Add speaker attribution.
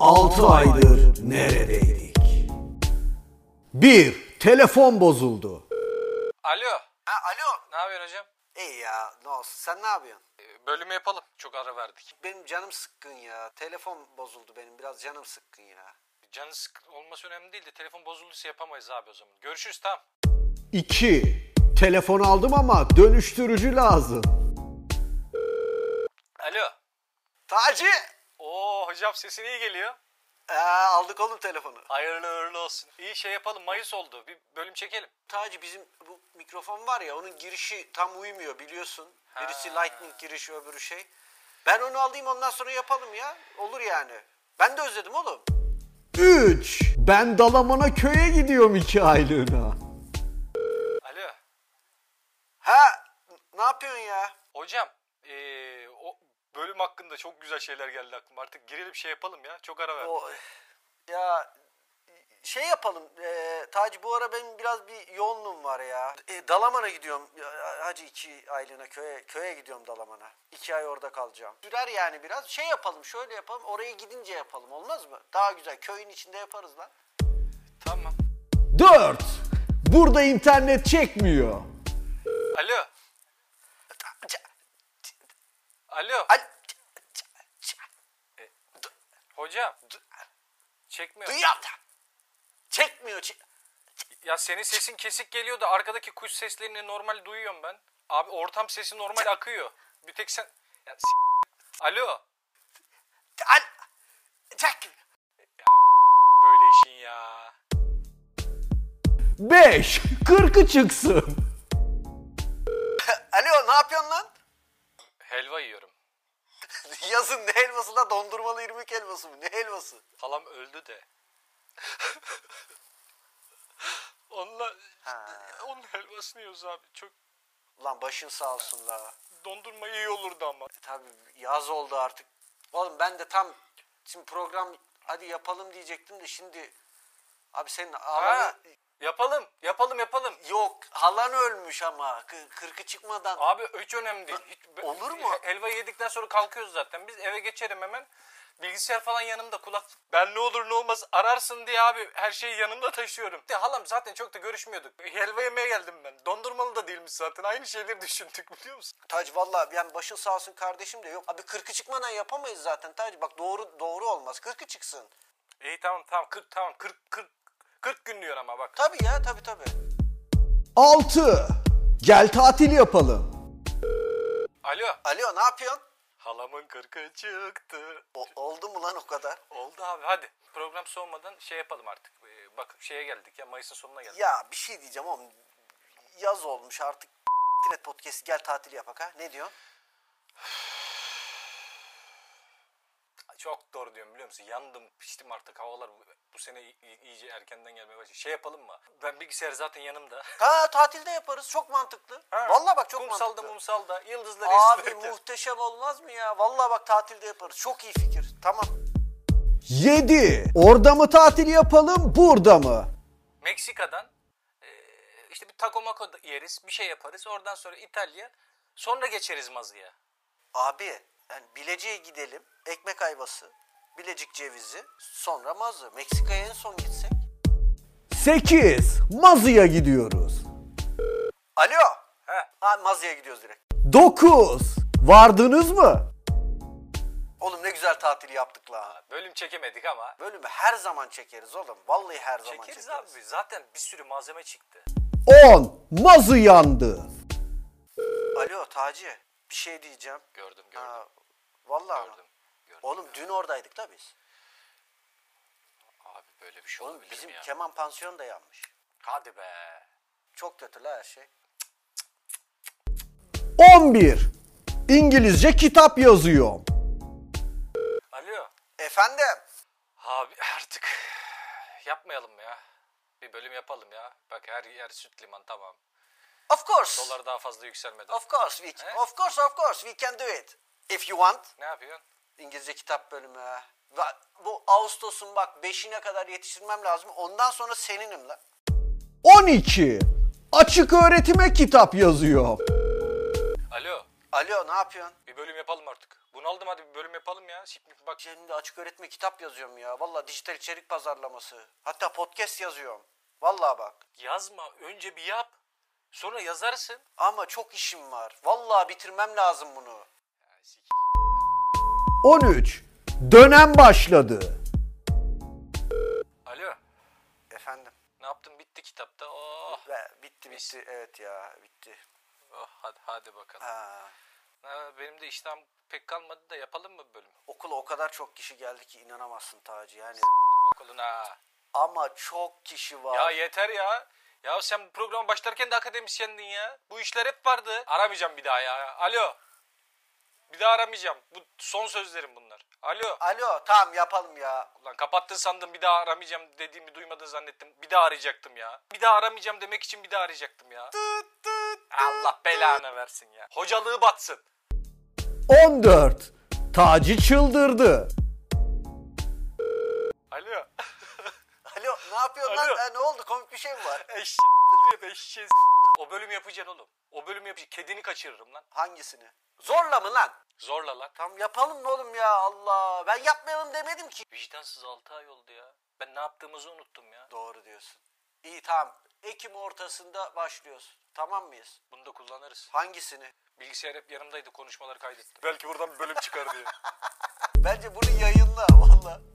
Speaker 1: 6 aydır neredeydik? 1. Telefon bozuldu.
Speaker 2: Alo.
Speaker 1: Ha, alo.
Speaker 2: Ne yapıyorsun hocam?
Speaker 1: İyi ya ne olsun sen ne yapıyorsun?
Speaker 2: Ee, Bölümü yapalım. Çok ara verdik.
Speaker 1: Benim canım sıkkın ya. Telefon bozuldu benim biraz canım sıkkın ya.
Speaker 2: Canı sık olması önemli değil de telefon bozulduysa yapamayız abi o zaman. Görüşürüz tamam.
Speaker 1: 2. Telefon aldım ama dönüştürücü lazım.
Speaker 2: Alo.
Speaker 1: Taci!
Speaker 2: Oo hocam sesin iyi geliyor.
Speaker 1: Ee, aldık oğlum telefonu.
Speaker 2: Hayırlı uğurlu olsun. İyi şey yapalım. Mayıs oldu. Bir bölüm çekelim.
Speaker 1: Taci bizim bu mikrofon var ya onun girişi tam uymuyor biliyorsun. Birisi lightning girişi öbürü şey. Ben onu alayım ondan sonra yapalım ya. Olur yani. Ben de özledim oğlum. 3. Ben Dalaman'a köye gidiyorum iki aylığına.
Speaker 2: Alo.
Speaker 1: Ha ne yapıyorsun ya?
Speaker 2: Hocam ee, o bölüm hakkında çok güzel şeyler geldi aklıma. Artık girelim şey yapalım ya. Çok ara verdik.
Speaker 1: O, ya şey yapalım. E, Taci bu ara benim biraz bir yoğunluğum var ya. E, Dalaman'a gidiyorum. Ya, Hacı iki aylığına köye köye gidiyorum Dalaman'a. İki ay orada kalacağım. Sürer yani biraz. Şey yapalım şöyle yapalım. Oraya gidince yapalım olmaz mı? Daha güzel. Köyün içinde yaparız lan.
Speaker 2: Tamam.
Speaker 1: 4. Burada internet çekmiyor.
Speaker 2: Alo. Alo. Hocam. Çekmiyor.
Speaker 1: Duyuyorum da. Çekmiyor. çek-
Speaker 2: Ya senin sesin kesik geliyor da arkadaki kuş seslerini normal duyuyorum ben. Abi ortam sesi normal akıyor. Bir tek sen... Ya, s- Alo.
Speaker 1: Al- Çekmiyor.
Speaker 2: Böyle işin ya.
Speaker 3: 5. 40'ı çıksın.
Speaker 1: Alo ne yapıyorsun lan?
Speaker 2: Helva yiyorum.
Speaker 1: Yazın ne helvası lan? Dondurmalı irmik helvası mı? Ne helvası?
Speaker 2: Halam öldü de. Onunla, onun helvasını yiyoruz abi. Çok
Speaker 1: Lan başın sağ olsun la.
Speaker 2: dondurma iyi olurdu ama.
Speaker 1: E tabi yaz oldu artık. Oğlum ben de tam şimdi program hadi yapalım diyecektim de şimdi abi senin halan
Speaker 2: Ha, yapalım, yapalım, yapalım.
Speaker 1: yok halan ölmüş ama kı- kırkı çıkmadan
Speaker 2: Abi hiç önemli değil. Hiç,
Speaker 1: Olur mu?
Speaker 2: Helva yedikten sonra kalkıyoruz zaten. Biz eve geçerim hemen. Bilgisayar falan yanımda kulaklık. Ben ne olur ne olmaz ararsın diye abi her şeyi yanımda taşıyorum. De, halam zaten çok da görüşmüyorduk. Helva yemeye geldim ben. Dondurmalı da değilmiş zaten. Aynı şeyleri düşündük biliyor musun?
Speaker 1: Tac valla yani başın sağ olsun kardeşim de yok. Abi kırkı çıkmadan yapamayız zaten Tac bak doğru doğru olmaz kırkı çıksın.
Speaker 2: İyi tamam tamam 40 tamam 40 40 40 gün diyor ama bak.
Speaker 1: Tabi ya tabi tabi.
Speaker 3: 6. Gel tatil yapalım.
Speaker 2: Alo.
Speaker 1: Alo ne yapıyorsun?
Speaker 2: Halamın 40'ı çıktı.
Speaker 1: O- oldu mu lan o kadar?
Speaker 2: Oldu abi hadi. Program soğumadan şey yapalım artık. Ee, bak şeye geldik ya Mayıs'ın sonuna geldik.
Speaker 1: Ya bir şey diyeceğim oğlum yaz olmuş artık Tiret Podcast gel tatil yapak ha ne diyorsun?
Speaker 2: Çok doğru diyorum biliyor musun? Yandım, piştim artık. Havalar bu, bu sene i- i- iyice erkenden gelmeye başladı. Şey yapalım mı? Ben bilgisayar zaten yanımda.
Speaker 1: Ha tatilde yaparız. Çok mantıklı.
Speaker 2: Ha,
Speaker 1: Vallahi bak çok
Speaker 2: kumsalda,
Speaker 1: mantıklı.
Speaker 2: mumsalda, yıldızları
Speaker 1: Abi
Speaker 2: izlerken.
Speaker 1: muhteşem olmaz mı ya? Vallahi bak tatilde yaparız. Çok iyi fikir. Tamam.
Speaker 3: 7. Orada mı tatil yapalım, burada mı?
Speaker 2: Meksika'dan e, işte bir taco maco da yeriz, bir şey yaparız. Oradan sonra İtalya, sonra geçeriz Mazı'ya.
Speaker 1: Abi yani Bilecik'e gidelim. Ekmek ayvası, Bilecik cevizi, sonra mazı. Meksika'ya en son gitsek.
Speaker 3: 8. Mazı'ya gidiyoruz.
Speaker 1: Alo.
Speaker 2: Ha.
Speaker 1: Ha mazıya gidiyoruz direkt.
Speaker 3: 9. Vardınız mı?
Speaker 1: Oğlum ne güzel tatil yaptık la.
Speaker 2: Bölüm çekemedik ama
Speaker 1: Bölümü her zaman çekeriz oğlum. Vallahi her zaman
Speaker 2: çekeriz
Speaker 1: çekeriz.
Speaker 2: abi. Zaten bir sürü malzeme çıktı.
Speaker 3: 10. Mazı yandı.
Speaker 1: Alo Taci. Bir şey diyeceğim.
Speaker 2: Gördüm, gördüm,
Speaker 1: Ha, vallahi
Speaker 2: gördüm. gördüm.
Speaker 1: Oğlum dün oradaydık da biz.
Speaker 2: Abi böyle bir şey
Speaker 1: Oğlum
Speaker 2: olabilir
Speaker 1: bizim
Speaker 2: mi ya?
Speaker 1: Keman Pansiyon da yanmış.
Speaker 2: Hadi be.
Speaker 1: Çok kötü la her şey.
Speaker 3: 11. İngilizce kitap yazıyorum.
Speaker 2: Alo.
Speaker 1: Efendim?
Speaker 2: Abi artık yapmayalım ya. Bir bölüm yapalım ya. Bak her yer süt liman tamam.
Speaker 1: Of course.
Speaker 2: Dolar daha fazla yükselmedi.
Speaker 1: Of course. We,
Speaker 2: He?
Speaker 1: Of course, of course. We can do it. If you want.
Speaker 2: Ne yapıyorsun?
Speaker 1: İngilizce kitap bölümü. ha. Va- Bu Ağustos'un bak 5'ine kadar yetiştirmem lazım. Ondan sonra seninim la.
Speaker 3: 12. Açık öğretime kitap yazıyorum.
Speaker 2: Alo.
Speaker 1: Alo ne yapıyorsun?
Speaker 2: Bir bölüm yapalım artık. Bunaldım hadi bir bölüm yapalım ya. Sikmiş bak.
Speaker 1: Şimdi açık öğretme kitap yazıyorum ya. Valla dijital içerik pazarlaması. Hatta podcast yazıyorum. Valla bak.
Speaker 2: Yazma önce bir yap. Sonra yazarsın.
Speaker 1: Ama çok işim var. Valla bitirmem lazım bunu.
Speaker 3: 13. Dönem başladı.
Speaker 2: Alo.
Speaker 1: Efendim.
Speaker 2: Ne yaptın bitti kitapta. Oh.
Speaker 1: Ve bitti bitti. Evet ya bitti.
Speaker 2: Oh hadi, hadi bakalım.
Speaker 1: Ha.
Speaker 2: Ha, benim de iştahım pek kalmadı da yapalım mı bir bölüm?
Speaker 1: Okula o kadar çok kişi geldi ki inanamazsın Taci yani.
Speaker 2: Okuluna.
Speaker 1: Ama çok kişi var.
Speaker 2: Ya yeter ya. Ya sen bu programa başlarken de akademisyendin ya. Bu işler hep vardı. Aramayacağım bir daha ya. Alo. Bir daha aramayacağım. Bu son sözlerim bunlar. Alo.
Speaker 1: Alo tamam yapalım ya.
Speaker 2: Ulan kapattın sandım bir daha aramayacağım dediğimi duymadın zannettim. Bir daha arayacaktım ya. Bir daha aramayacağım demek için bir daha arayacaktım ya. Allah belanı versin ya. Hocalığı batsın.
Speaker 3: 14. Taci çıldırdı.
Speaker 2: Alo.
Speaker 1: Alo ne yapıyorsun
Speaker 2: Alo.
Speaker 1: lan? Ha, ne oldu komik bir şey mi var?
Speaker 2: Eşşi eşşi. O bölüm yapacaksın oğlum. O bölüm yapacaksın. Kedini kaçırırım lan.
Speaker 1: Hangisini? Zorla mı lan?
Speaker 2: Zorla lan.
Speaker 1: Tam yapalım mı oğlum ya Allah. Ben yapmayalım demedim ki.
Speaker 2: Vicdansız 6 ay oldu ya. Ben ne yaptığımızı unuttum ya.
Speaker 1: Doğru diyorsun. İyi tamam. Ekim ortasında başlıyoruz. Tamam mıyız?
Speaker 2: Bunu da kullanırız.
Speaker 1: Hangisini?
Speaker 2: Bilgisayar hep yanımdaydı konuşmaları kaydettim. Belki buradan bir bölüm çıkar diye.
Speaker 1: Bence bunu yayınla valla.